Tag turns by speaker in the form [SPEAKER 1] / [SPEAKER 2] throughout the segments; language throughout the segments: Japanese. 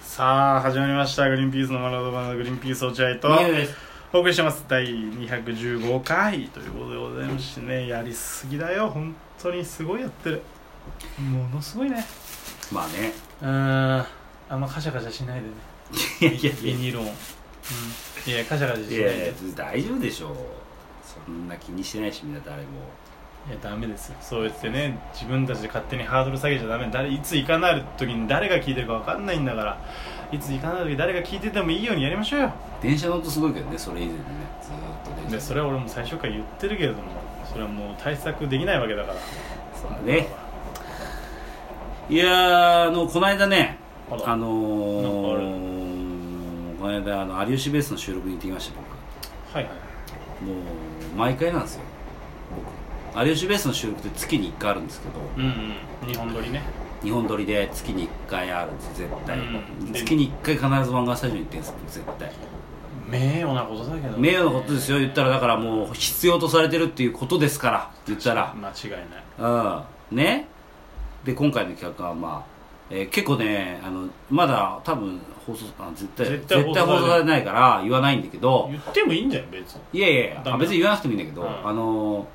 [SPEAKER 1] さあ始まりました「グリーンピースのマラドバナのグリーンピース落合」と
[SPEAKER 2] 宮部です
[SPEAKER 1] お送りしてます第215回ということでございましてねやりすぎだよ本当にすごいやってるものすごいね
[SPEAKER 2] まあね
[SPEAKER 1] うんあんまカシャカシャしないでね
[SPEAKER 2] いやいや
[SPEAKER 1] ビ
[SPEAKER 2] い
[SPEAKER 1] ニール音、うん、いやカシャカシャしない
[SPEAKER 2] やい
[SPEAKER 1] で
[SPEAKER 2] や大丈夫でしょうそんな気にしてないしみんな誰も
[SPEAKER 1] いやダメですよそうやってね自分たちで勝手にハードル下げちゃダメ誰いつ行かない時に誰が聞いてるか分かんないんだからいつ行かない時誰が聞いててもいいようにやりましょうよ
[SPEAKER 2] 電車の音すごいけどねそれ以前にねずーっと電車
[SPEAKER 1] でそれは俺も最初から言ってるけれどもそれはもう対策できないわけだから
[SPEAKER 2] そうだねいやーあのこの間ね
[SPEAKER 1] あらな
[SPEAKER 2] あの
[SPEAKER 1] んかあ
[SPEAKER 2] ー、この間あの有吉ベースの収録に行ってきました僕
[SPEAKER 1] はいはい
[SPEAKER 2] もう毎回なんですよ僕有吉ベースの収録って月に1回あるんですけど
[SPEAKER 1] うんうん日本撮りね
[SPEAKER 2] 日本撮りで月に1回あるんです絶対、
[SPEAKER 1] うん
[SPEAKER 2] 月に1回必ず漫画スタジオに行ってんです僕絶対
[SPEAKER 1] 名誉なことだけど
[SPEAKER 2] 名誉のことですよ言ったらだからもう必要とされてるっていうことですから言ったら
[SPEAKER 1] 間違いない
[SPEAKER 2] うんねで今回の企画はまあ、えー結構ねあのまだ多分放送あ絶対
[SPEAKER 1] 絶対放送されない
[SPEAKER 2] 放送されないから言わないんだけど
[SPEAKER 1] 言ってもいいんじゃない別に
[SPEAKER 2] いやいやいや
[SPEAKER 1] ダメ
[SPEAKER 2] あ別に言わなくてもいいんだけど、
[SPEAKER 1] うん
[SPEAKER 2] あのー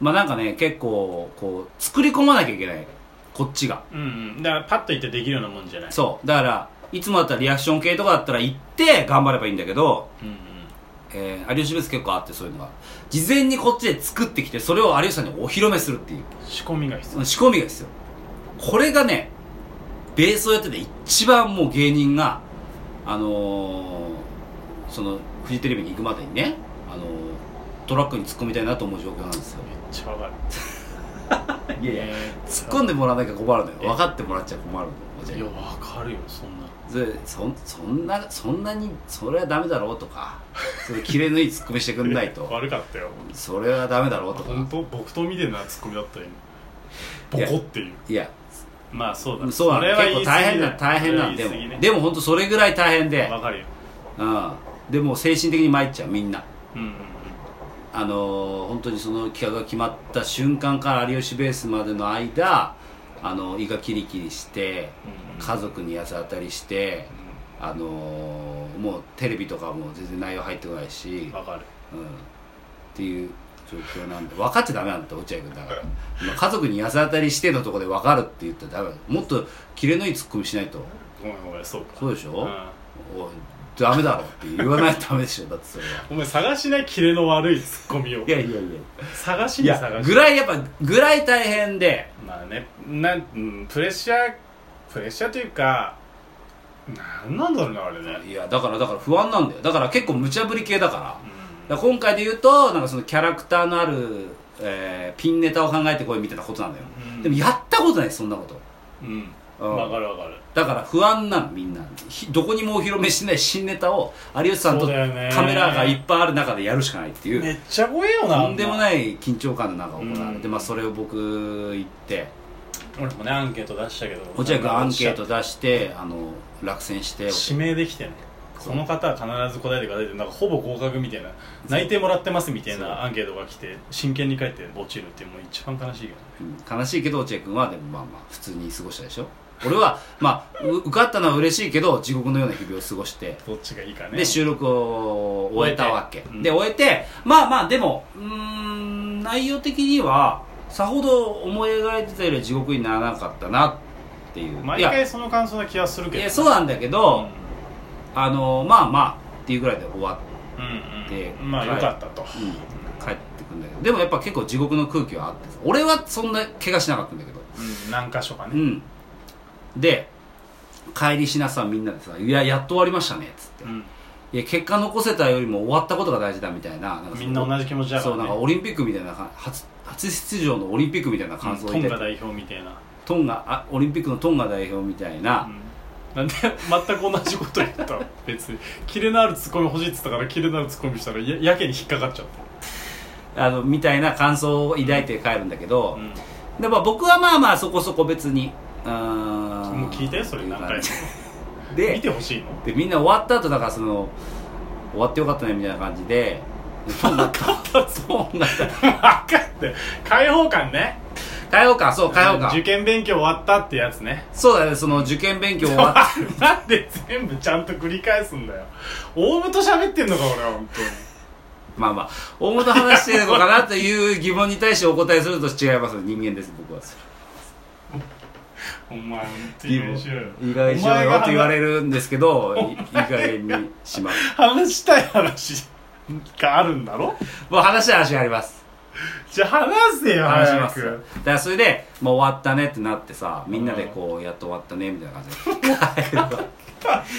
[SPEAKER 2] まあなんかね結構こう作り込まなきゃいけないこっちが
[SPEAKER 1] うんうんだからパッと言ってできるようなもんじゃない
[SPEAKER 2] そうだからいつもだったらリアクション系とかだったら行って頑張ればいいんだけど
[SPEAKER 1] うんうん
[SPEAKER 2] えー有吉ベース結構あってそういうのが事前にこっちで作ってきてそれを有吉さんにお披露目するっていう
[SPEAKER 1] 仕込みが必
[SPEAKER 2] そ
[SPEAKER 1] 要
[SPEAKER 2] の仕込みが必要これがねベースをやってて一番もう芸人があのーそのフジテレビに行くまでにね、あのートラックに突っ込みたいなと思う状況なんですよ
[SPEAKER 1] めっちゃわかる
[SPEAKER 2] いやいや
[SPEAKER 1] えー
[SPEAKER 2] 突っ込んでもらわなきゃ困るのよ分かってもらっちゃ困るのよじゃあ
[SPEAKER 1] いやわかるよそんな
[SPEAKER 2] でそんそんなそんなにそれはダメだろうとかそれ切れのいい突っ込みしてくんない と
[SPEAKER 1] 悪かったよ
[SPEAKER 2] それはダメだろうとか
[SPEAKER 1] 本当僕と見てんなツッコミだったよ
[SPEAKER 2] い
[SPEAKER 1] 今
[SPEAKER 2] や
[SPEAKER 1] ボコっていう
[SPEAKER 2] いや
[SPEAKER 1] まあそうだ
[SPEAKER 2] そう
[SPEAKER 1] そ
[SPEAKER 2] な
[SPEAKER 1] れ
[SPEAKER 2] の
[SPEAKER 1] は
[SPEAKER 2] 結
[SPEAKER 1] 言い過ぎ
[SPEAKER 2] 構大
[SPEAKER 1] だ
[SPEAKER 2] 変な大変なの
[SPEAKER 1] そ
[SPEAKER 2] で
[SPEAKER 1] れは言い過ぎ
[SPEAKER 2] も
[SPEAKER 1] ね
[SPEAKER 2] でも本当それぐらい大変で、
[SPEAKER 1] わかるよ
[SPEAKER 2] うん、でもう精神的に参っちゃうみんな
[SPEAKER 1] うんうんうん
[SPEAKER 2] あのー本当にその企画が決まった瞬間から有吉ベースまでの間あの胃がキリキリして
[SPEAKER 1] うんうん
[SPEAKER 2] 家族に八つ当たりしてあのーもうテレビとかも全然内容入ってこないし、
[SPEAKER 1] わかる
[SPEAKER 2] うん、っていう状況なんで分かっちゃダメなんだ落合君だから今家族に八つ当たりしてのところで分かるって言ったらダメだもっとキレのいいツッコミしないと
[SPEAKER 1] ごめんごめんそうか
[SPEAKER 2] そうでしょ、
[SPEAKER 1] うん
[SPEAKER 2] おいダメだろって言わないとダメでしょだってそれは
[SPEAKER 1] お前探しないキレの悪いツッコミを
[SPEAKER 2] いやいやい
[SPEAKER 1] 探し
[SPEAKER 2] やい
[SPEAKER 1] に
[SPEAKER 2] や
[SPEAKER 1] 探し
[SPEAKER 2] ぐらいやっぱぐらい大変で
[SPEAKER 1] まあねなんうんプレッシャープレッシャーというかなんなんだろうねあれね
[SPEAKER 2] いやだからだから不安なんだよだから結構無茶ぶり系だから
[SPEAKER 1] う
[SPEAKER 2] だから今回で言うとなんかそのキャラクターのある、えーピンネタを考えてこいみたいなことなんだよ、
[SPEAKER 1] うん
[SPEAKER 2] でもやったことないそんなこと
[SPEAKER 1] んう
[SPEAKER 2] うんん
[SPEAKER 1] わかるわかる
[SPEAKER 2] だから不安なのみんなひどこにもお披露目してない新ネタを有吉さん
[SPEAKER 1] そ
[SPEAKER 2] と
[SPEAKER 1] う
[SPEAKER 2] カ
[SPEAKER 1] だよね
[SPEAKER 2] メラがいっぱいある中でやるしかないっていう
[SPEAKER 1] めっちゃ怖えよな
[SPEAKER 2] とんでも
[SPEAKER 1] い
[SPEAKER 2] ない緊張感の中行われて、
[SPEAKER 1] うん
[SPEAKER 2] まあ、それを僕行って
[SPEAKER 1] 俺もねアンケート出したけど
[SPEAKER 2] 落合君アンケート出してあの落選して
[SPEAKER 1] 指名できてね
[SPEAKER 2] そう
[SPEAKER 1] この方は必ず答えてくださいってなんかほぼ合格みたいな内定もらってますみたい
[SPEAKER 2] そう
[SPEAKER 1] なアンケートが来て真剣に書いて落ちるってもう一番悲しいよね
[SPEAKER 2] うん悲しいけど落合君はでもまあまあ普通に過ごしたでしょ俺はまあう受かったのは嬉しいけど地獄のような日々を過ごして
[SPEAKER 1] どっちがいいかね
[SPEAKER 2] で収録を終えたわけ、
[SPEAKER 1] 終えてうん
[SPEAKER 2] で終えてまあまあでもうーん内容的にはさほど思い描いてたよりは地獄にならなかったなっていう
[SPEAKER 1] 毎
[SPEAKER 2] いや
[SPEAKER 1] 回その感想な気がするけ
[SPEAKER 2] い
[SPEAKER 1] ど
[SPEAKER 2] やそうなんだけど、あのまあまあっていうぐらいで終わって
[SPEAKER 1] うんうん
[SPEAKER 2] で
[SPEAKER 1] まあ
[SPEAKER 2] はい
[SPEAKER 1] よかったと、
[SPEAKER 2] 帰ってくんだけどでもやっぱ結構地獄の空気はあって俺はそんな怪我しなかったんだけど
[SPEAKER 1] うん、何箇所か
[SPEAKER 2] う
[SPEAKER 1] ね、
[SPEAKER 2] んで帰りしなさみんなでさ「いややっと終わりましたね」っつって、
[SPEAKER 1] う
[SPEAKER 2] い
[SPEAKER 1] ん、
[SPEAKER 2] や結果残せたよりも終わったことが大事だみたいななんか
[SPEAKER 1] みんな同じ気持ちだか
[SPEAKER 2] そう
[SPEAKER 1] ら、
[SPEAKER 2] なん
[SPEAKER 1] ね、
[SPEAKER 2] かオリンピックみたいなか初初出場のオリンピックみたいな感想を
[SPEAKER 1] う
[SPEAKER 2] 言
[SPEAKER 1] ん
[SPEAKER 2] っ
[SPEAKER 1] ト
[SPEAKER 2] て
[SPEAKER 1] ンガ代表みたいな、
[SPEAKER 2] トンガあオリンピックのトンガ代表みたいな、
[SPEAKER 1] うん、なんで全く同じこと言ったの別にキレのあるツッコミ欲しいって言ったからキレのあるツッコミしたらややけに引っかかっちゃっ
[SPEAKER 2] あのみたいな感想を抱いて帰るんだけ
[SPEAKER 1] た、う
[SPEAKER 2] ど、
[SPEAKER 1] ん
[SPEAKER 2] でまあ僕はまあまあそこそこ別にうーん
[SPEAKER 1] もう聞いたよそれ何回も見
[SPEAKER 2] で
[SPEAKER 1] てほしいの
[SPEAKER 2] でみんな終わった後だからその終わってよかったねみたいな感じでトンガトンガ
[SPEAKER 1] 分かって解放感ね
[SPEAKER 2] 変えようかそう変えようか
[SPEAKER 1] 受験勉強終わったってやつね
[SPEAKER 2] そうだねその受験勉強終わっ
[SPEAKER 1] なんで全部ちゃんと繰り返すんだよオウムと喋ってんのか俺は本当に
[SPEAKER 2] まあまあ大物話してるのかなという疑問に対してお答えすると違います人間です僕は
[SPEAKER 1] お前本当に練習
[SPEAKER 2] 意外にしろよって言われ
[SPEAKER 1] る
[SPEAKER 2] るんですけどい意外にします
[SPEAKER 1] 話したい話があるんだろ
[SPEAKER 2] もう話は話あります
[SPEAKER 1] じゃあ話せよ
[SPEAKER 2] 話しますだ
[SPEAKER 1] 早く
[SPEAKER 2] からそれで、まあ、終わったねってなってさみんなでこうやっと終わったねみたいな感 じで帰るわ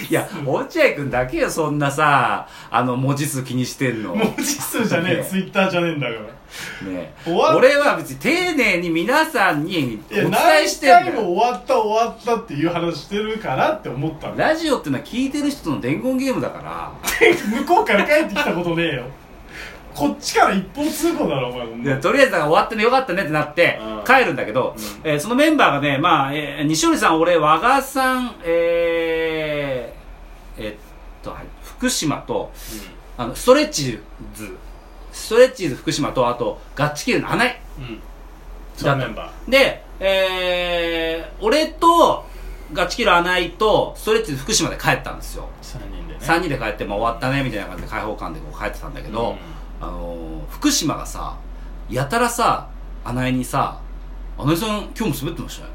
[SPEAKER 2] いや落合君だけよそんなさあの文字数気にしてんの
[SPEAKER 1] 文字数じゃねえ
[SPEAKER 2] ね
[SPEAKER 1] ツイッターじゃねえんだから
[SPEAKER 2] ねえ
[SPEAKER 1] 終わっ
[SPEAKER 2] 俺は別に丁寧に皆さんにお
[SPEAKER 1] いや
[SPEAKER 2] 伝えして
[SPEAKER 1] 何
[SPEAKER 2] ん
[SPEAKER 1] 回
[SPEAKER 2] だよ
[SPEAKER 1] も終わった終わったっていう話してるからって思ったの
[SPEAKER 2] ラジオってのは聞いてる人の伝言ゲームだから
[SPEAKER 1] 向こうから帰ってきたことねえよこっちから一方通行だろお前
[SPEAKER 2] いやとりあえずだから終わってねよかったねってなって
[SPEAKER 1] うん
[SPEAKER 2] 帰るんだけど、
[SPEAKER 1] う
[SPEAKER 2] えーそのメンバーがね、まあえー西織さん、俺、和賀さん、えーえっと、はい福島とあのストレッチーズストレッチーズ福島とあとガッチキルの花井
[SPEAKER 1] うん、うん、そのメンバー
[SPEAKER 2] で、えー俺とガッチキル花井とストレッチーズ福島で帰ったんですよ
[SPEAKER 1] 3人でね
[SPEAKER 2] 3人で帰って、まあ、終わったねみたいな感じで開放感でこう帰ってたんだけど、あのー福島がさやたらさ穴井にさ「穴井さん今日も滑ってましたね」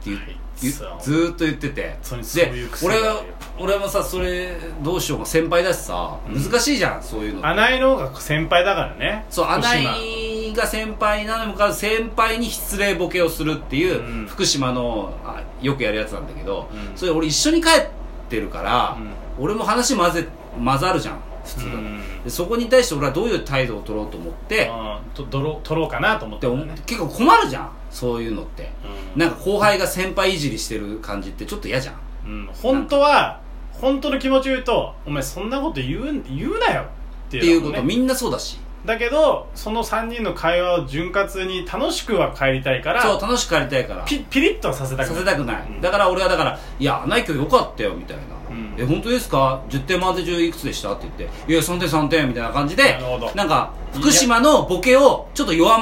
[SPEAKER 2] って言う
[SPEAKER 1] あい
[SPEAKER 2] 言う
[SPEAKER 1] つは
[SPEAKER 2] ずーっと言ってて
[SPEAKER 1] それそうい
[SPEAKER 2] で
[SPEAKER 1] う癖
[SPEAKER 2] 俺
[SPEAKER 1] があ
[SPEAKER 2] は
[SPEAKER 1] るよ
[SPEAKER 2] 俺もさそれどうしようか先輩だしさ
[SPEAKER 1] うん
[SPEAKER 2] 難しいじゃん、そういうの
[SPEAKER 1] 穴井の方が先輩だからね
[SPEAKER 2] そう穴
[SPEAKER 1] 福島
[SPEAKER 2] 井が先輩なのにもかかわらず先輩に失礼ボケをするっていう、
[SPEAKER 1] うん
[SPEAKER 2] 福島のあよくやるやつなんだけど、
[SPEAKER 1] うん
[SPEAKER 2] それ俺一緒に帰ってるから、俺も話混ぜ混ざるじゃん普通だと、
[SPEAKER 1] うん
[SPEAKER 2] でそこに対して俺はどういう態度を取ろうと思って、
[SPEAKER 1] うんと取ろう取ろうかなと思って
[SPEAKER 2] でお結構困るじゃんそういうのって
[SPEAKER 1] うん
[SPEAKER 2] なんか後輩が先輩いじりしてる感じってちょっと嫌じゃん
[SPEAKER 1] うん本当は本当の気持ちを言うとお前そんなこと言う言うなよって
[SPEAKER 2] ってい
[SPEAKER 1] いううの
[SPEAKER 2] こ
[SPEAKER 1] もね
[SPEAKER 2] とみんなそうだし
[SPEAKER 1] だけどその3人の会話を潤滑に楽しくは帰りたいから
[SPEAKER 2] そう楽しく帰りたいから
[SPEAKER 1] ピピリッとはさせたく
[SPEAKER 2] さ
[SPEAKER 1] な
[SPEAKER 2] せ
[SPEAKER 1] い
[SPEAKER 2] たくない、
[SPEAKER 1] うん
[SPEAKER 2] だから俺はだから「いや穴井今日よかったよ」みたいな「
[SPEAKER 1] うん
[SPEAKER 2] え本当ですか10点満点中いくつでした?」って言って「いや3点3点」みたいな感じで
[SPEAKER 1] なるほど
[SPEAKER 2] んか福島のボケをちょっと弱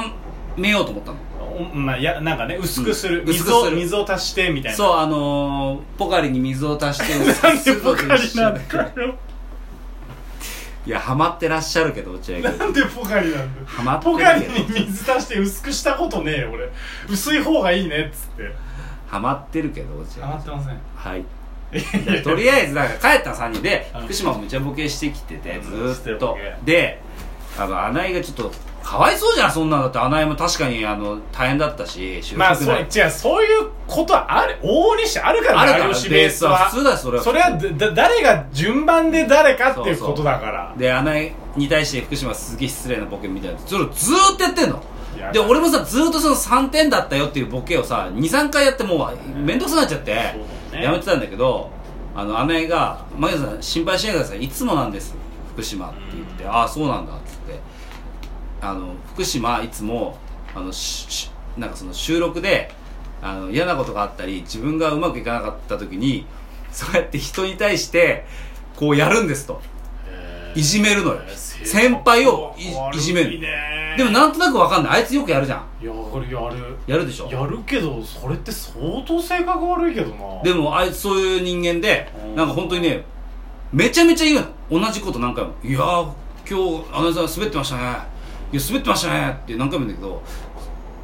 [SPEAKER 2] めようと思ったの
[SPEAKER 1] おまあ、いやなんかね薄くする,、
[SPEAKER 2] うん
[SPEAKER 1] 水
[SPEAKER 2] 薄く
[SPEAKER 1] を
[SPEAKER 2] する
[SPEAKER 1] 水を足してみたいな
[SPEAKER 2] そうあのー、ポカリに水を足して
[SPEAKER 1] なんでポカリなんだよ
[SPEAKER 2] いやハマってらっしゃるけど落合君
[SPEAKER 1] なんでポカリなんだよ
[SPEAKER 2] ハマって
[SPEAKER 1] ポカ
[SPEAKER 2] る
[SPEAKER 1] リ
[SPEAKER 2] けど
[SPEAKER 1] に水足して薄くしたことねえよ俺薄い方がいいねっつって
[SPEAKER 2] ハマってるけど落合君
[SPEAKER 1] ってません
[SPEAKER 2] はい
[SPEAKER 1] い
[SPEAKER 2] でとりあえずだから帰った3人で
[SPEAKER 1] うん
[SPEAKER 2] 福島もめちゃボケしてきてて
[SPEAKER 1] うん
[SPEAKER 2] ずーっ
[SPEAKER 1] してるボ
[SPEAKER 2] と
[SPEAKER 1] ケ
[SPEAKER 2] であの穴井がちょっとかわいそうじゃんそんなのだって穴井も確かにあの大変だったし就
[SPEAKER 1] まあそう
[SPEAKER 2] ない
[SPEAKER 1] 違うそういうことはある往々にしてあるから
[SPEAKER 2] あ
[SPEAKER 1] ね
[SPEAKER 2] るから
[SPEAKER 1] 有吉
[SPEAKER 2] ベースは普通だよそれは
[SPEAKER 1] それはだ誰が順番で誰かっていう
[SPEAKER 2] そうそう
[SPEAKER 1] ことだから
[SPEAKER 2] で穴井に対して福島はすげえ失礼なボケみたいなそれをずーっとやってんの
[SPEAKER 1] いや
[SPEAKER 2] で俺もさずーっとその3点だったよっていうボケをさ23回やってもう面倒くさくなっちゃって
[SPEAKER 1] そうだね
[SPEAKER 2] やめてたんだけどあの姉が「マギさん心配しないでくださいいつもなんです福島」って言って「
[SPEAKER 1] うん
[SPEAKER 2] ああそうなんだ」っつってあの福島いつもあのししなんかその収録であの嫌なことがあったり自分がうまくいかなかった時にそうやって人に対してこうやるんですといじめるのよ先輩をいいじめるでもなんとなくわかんないあいつよくやるじゃん
[SPEAKER 1] いやこれやる
[SPEAKER 2] やるでしょ
[SPEAKER 1] やるけどそれって相当性格悪いけどな
[SPEAKER 2] でもあいつそういう人間で
[SPEAKER 1] うん
[SPEAKER 2] なんか本当にねめちゃめちゃ言うの同じこと何回も「いやー今日あのさん滑ってましたねいや滑ってましたね」って何回も言うんだけど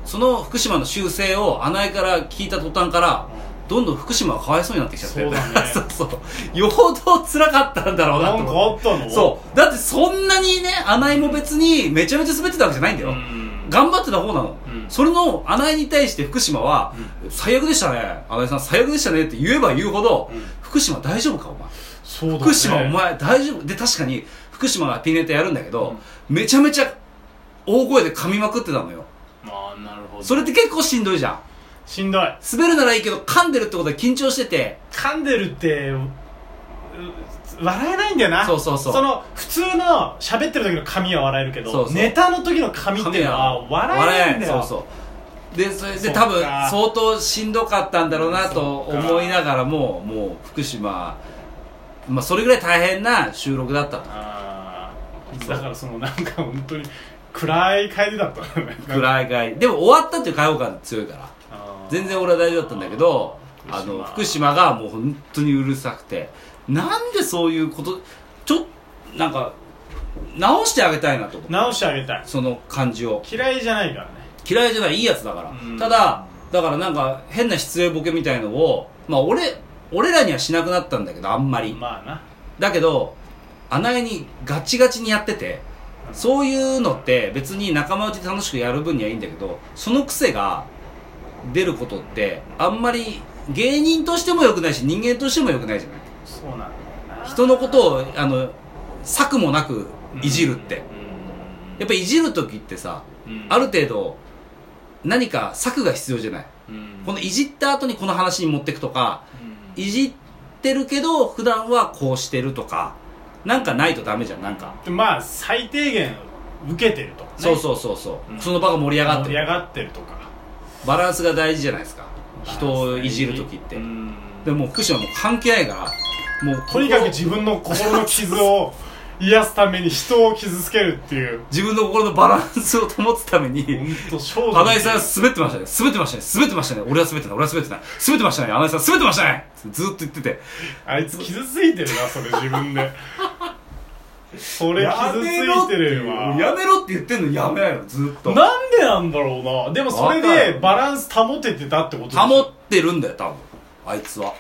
[SPEAKER 2] その福島の修正を穴井から聞いた途端からどんどん福島がかわいそうになってきちゃって
[SPEAKER 1] そうだね
[SPEAKER 2] そうそうよほど辛かったんだろうな
[SPEAKER 1] な
[SPEAKER 2] と
[SPEAKER 1] んか
[SPEAKER 2] 思
[SPEAKER 1] あ
[SPEAKER 2] っ
[SPEAKER 1] った
[SPEAKER 2] て
[SPEAKER 1] の
[SPEAKER 2] そうだってそんなにね穴井も別にめちゃめちゃ滑ってたわけじゃないんだよ、
[SPEAKER 1] ん
[SPEAKER 2] 頑張ってた方なの、
[SPEAKER 1] うん
[SPEAKER 2] それの穴井に対して福島は、最悪でしたね穴井さん最悪でしたねって言えば言うほど、
[SPEAKER 1] うん
[SPEAKER 2] 福島大丈夫かお前、
[SPEAKER 1] そうだね
[SPEAKER 2] 福島お前大丈夫で確かに福島がピンネタやるんだけど、めちゃめちゃ大声で噛みまくってたのよ
[SPEAKER 1] ああなるほど
[SPEAKER 2] それって結構しんどいじゃん
[SPEAKER 1] しんどい
[SPEAKER 2] 滑るならいいけど噛んでるってことは緊張してて
[SPEAKER 1] 噛んでるってう笑えないんだよな
[SPEAKER 2] そうそうそう
[SPEAKER 1] の普通の喋ってる時の髪は笑えるけど
[SPEAKER 2] そうそう
[SPEAKER 1] ネタの時の髪っていうのは笑えないんだよ
[SPEAKER 2] そうそうでそれで
[SPEAKER 1] そっか
[SPEAKER 2] 多分相当しんどかったんだろうなと
[SPEAKER 1] そっか
[SPEAKER 2] 思いながらももう福島まあそれぐらい大変な収録だったと
[SPEAKER 1] あーだからそのなんか本当に暗い帰りだった ね
[SPEAKER 2] 暗い会でも終わったっていう解放感強いから
[SPEAKER 1] あー
[SPEAKER 2] 全然俺は大丈夫だったんだけど
[SPEAKER 1] あ
[SPEAKER 2] あ
[SPEAKER 1] ー
[SPEAKER 2] の福島がもう本当にうるさくてなんでそういうことちょっとなんか直してあげたいなと思う
[SPEAKER 1] 直してあげたい
[SPEAKER 2] その感じを
[SPEAKER 1] 嫌いじゃないからね
[SPEAKER 2] 嫌いじゃないいいやつだから
[SPEAKER 1] うん
[SPEAKER 2] ただだからなんか変な失礼ボケみたいのをまあ俺俺らにはしなくなったんだけどあんまり
[SPEAKER 1] まあな
[SPEAKER 2] だけどあないにガチガチにやってて
[SPEAKER 1] うん
[SPEAKER 2] そういうのって別に仲間内で楽しくやる分にはいいんだけどその癖が出ることってあんまり芸人としても良くないし人間としても良くないじゃない
[SPEAKER 1] そうなんだよな
[SPEAKER 2] 人のことをあの策もなくいじるって、やっぱいじる時ってさ
[SPEAKER 1] うんうん
[SPEAKER 2] ある程度何か策が必要じゃない
[SPEAKER 1] うん
[SPEAKER 2] このいじった後にこの話に持ってくとか
[SPEAKER 1] うん
[SPEAKER 2] いじってるけど普段はこうしてるとかなんかないとダメじゃんなんか
[SPEAKER 1] でまあ最低限受けてるとかね
[SPEAKER 2] そうそうそうそう、
[SPEAKER 1] うん
[SPEAKER 2] その場が盛り上がっ
[SPEAKER 1] 盛
[SPEAKER 2] て
[SPEAKER 1] り
[SPEAKER 2] る
[SPEAKER 1] 上がってるとか
[SPEAKER 2] バランスが大事じゃないですか人をいじる時って、
[SPEAKER 1] うん
[SPEAKER 2] でも福島もう関係ないからもう
[SPEAKER 1] とにかく自分の心の傷を癒すために人を傷つけるっていう
[SPEAKER 2] 自分の心のバランスを保つために
[SPEAKER 1] 本当少女
[SPEAKER 2] 穴井さん滑ってましたね滑ってましたね滑ってましたね俺は滑ってない俺は滑ってない滑ってましたね穴井さん滑ってましたねずっと言ってて
[SPEAKER 1] あいつ傷ついてるなそれ自分でそれ傷ついてるわ
[SPEAKER 2] やめろって言ってんのやめないのずっと
[SPEAKER 1] なんでなんだろうなでもそれ
[SPEAKER 2] わかる
[SPEAKER 1] でバランス保ててたってことでしょ
[SPEAKER 2] 保ってるんだよ多分あいつは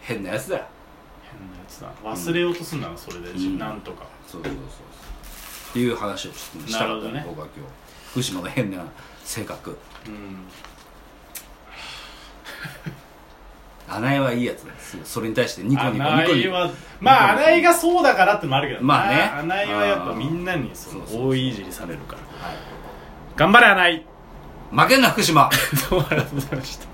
[SPEAKER 2] 変なやつだよ
[SPEAKER 1] 変なやつだ忘れようとすんならそれで、
[SPEAKER 2] ん
[SPEAKER 1] なんとか
[SPEAKER 2] そうそうそうそうっていう話をちょっとしたかっ
[SPEAKER 1] な
[SPEAKER 2] た
[SPEAKER 1] るほどね
[SPEAKER 2] 僕は今日福島の変な性格
[SPEAKER 1] うん
[SPEAKER 2] 穴井はいいやつなんですよそれに対してニコニコニ
[SPEAKER 1] 穴
[SPEAKER 2] コニ
[SPEAKER 1] 井
[SPEAKER 2] コ
[SPEAKER 1] はまあ穴井がそうだからってのもあるけどな
[SPEAKER 2] まあね
[SPEAKER 1] 穴井はやっぱみんなにそ
[SPEAKER 2] あ
[SPEAKER 1] の
[SPEAKER 2] ー
[SPEAKER 1] 大いじりされるから
[SPEAKER 2] はい
[SPEAKER 1] 頑張れ穴井
[SPEAKER 2] 負けんな福島
[SPEAKER 1] どうもありがとうございました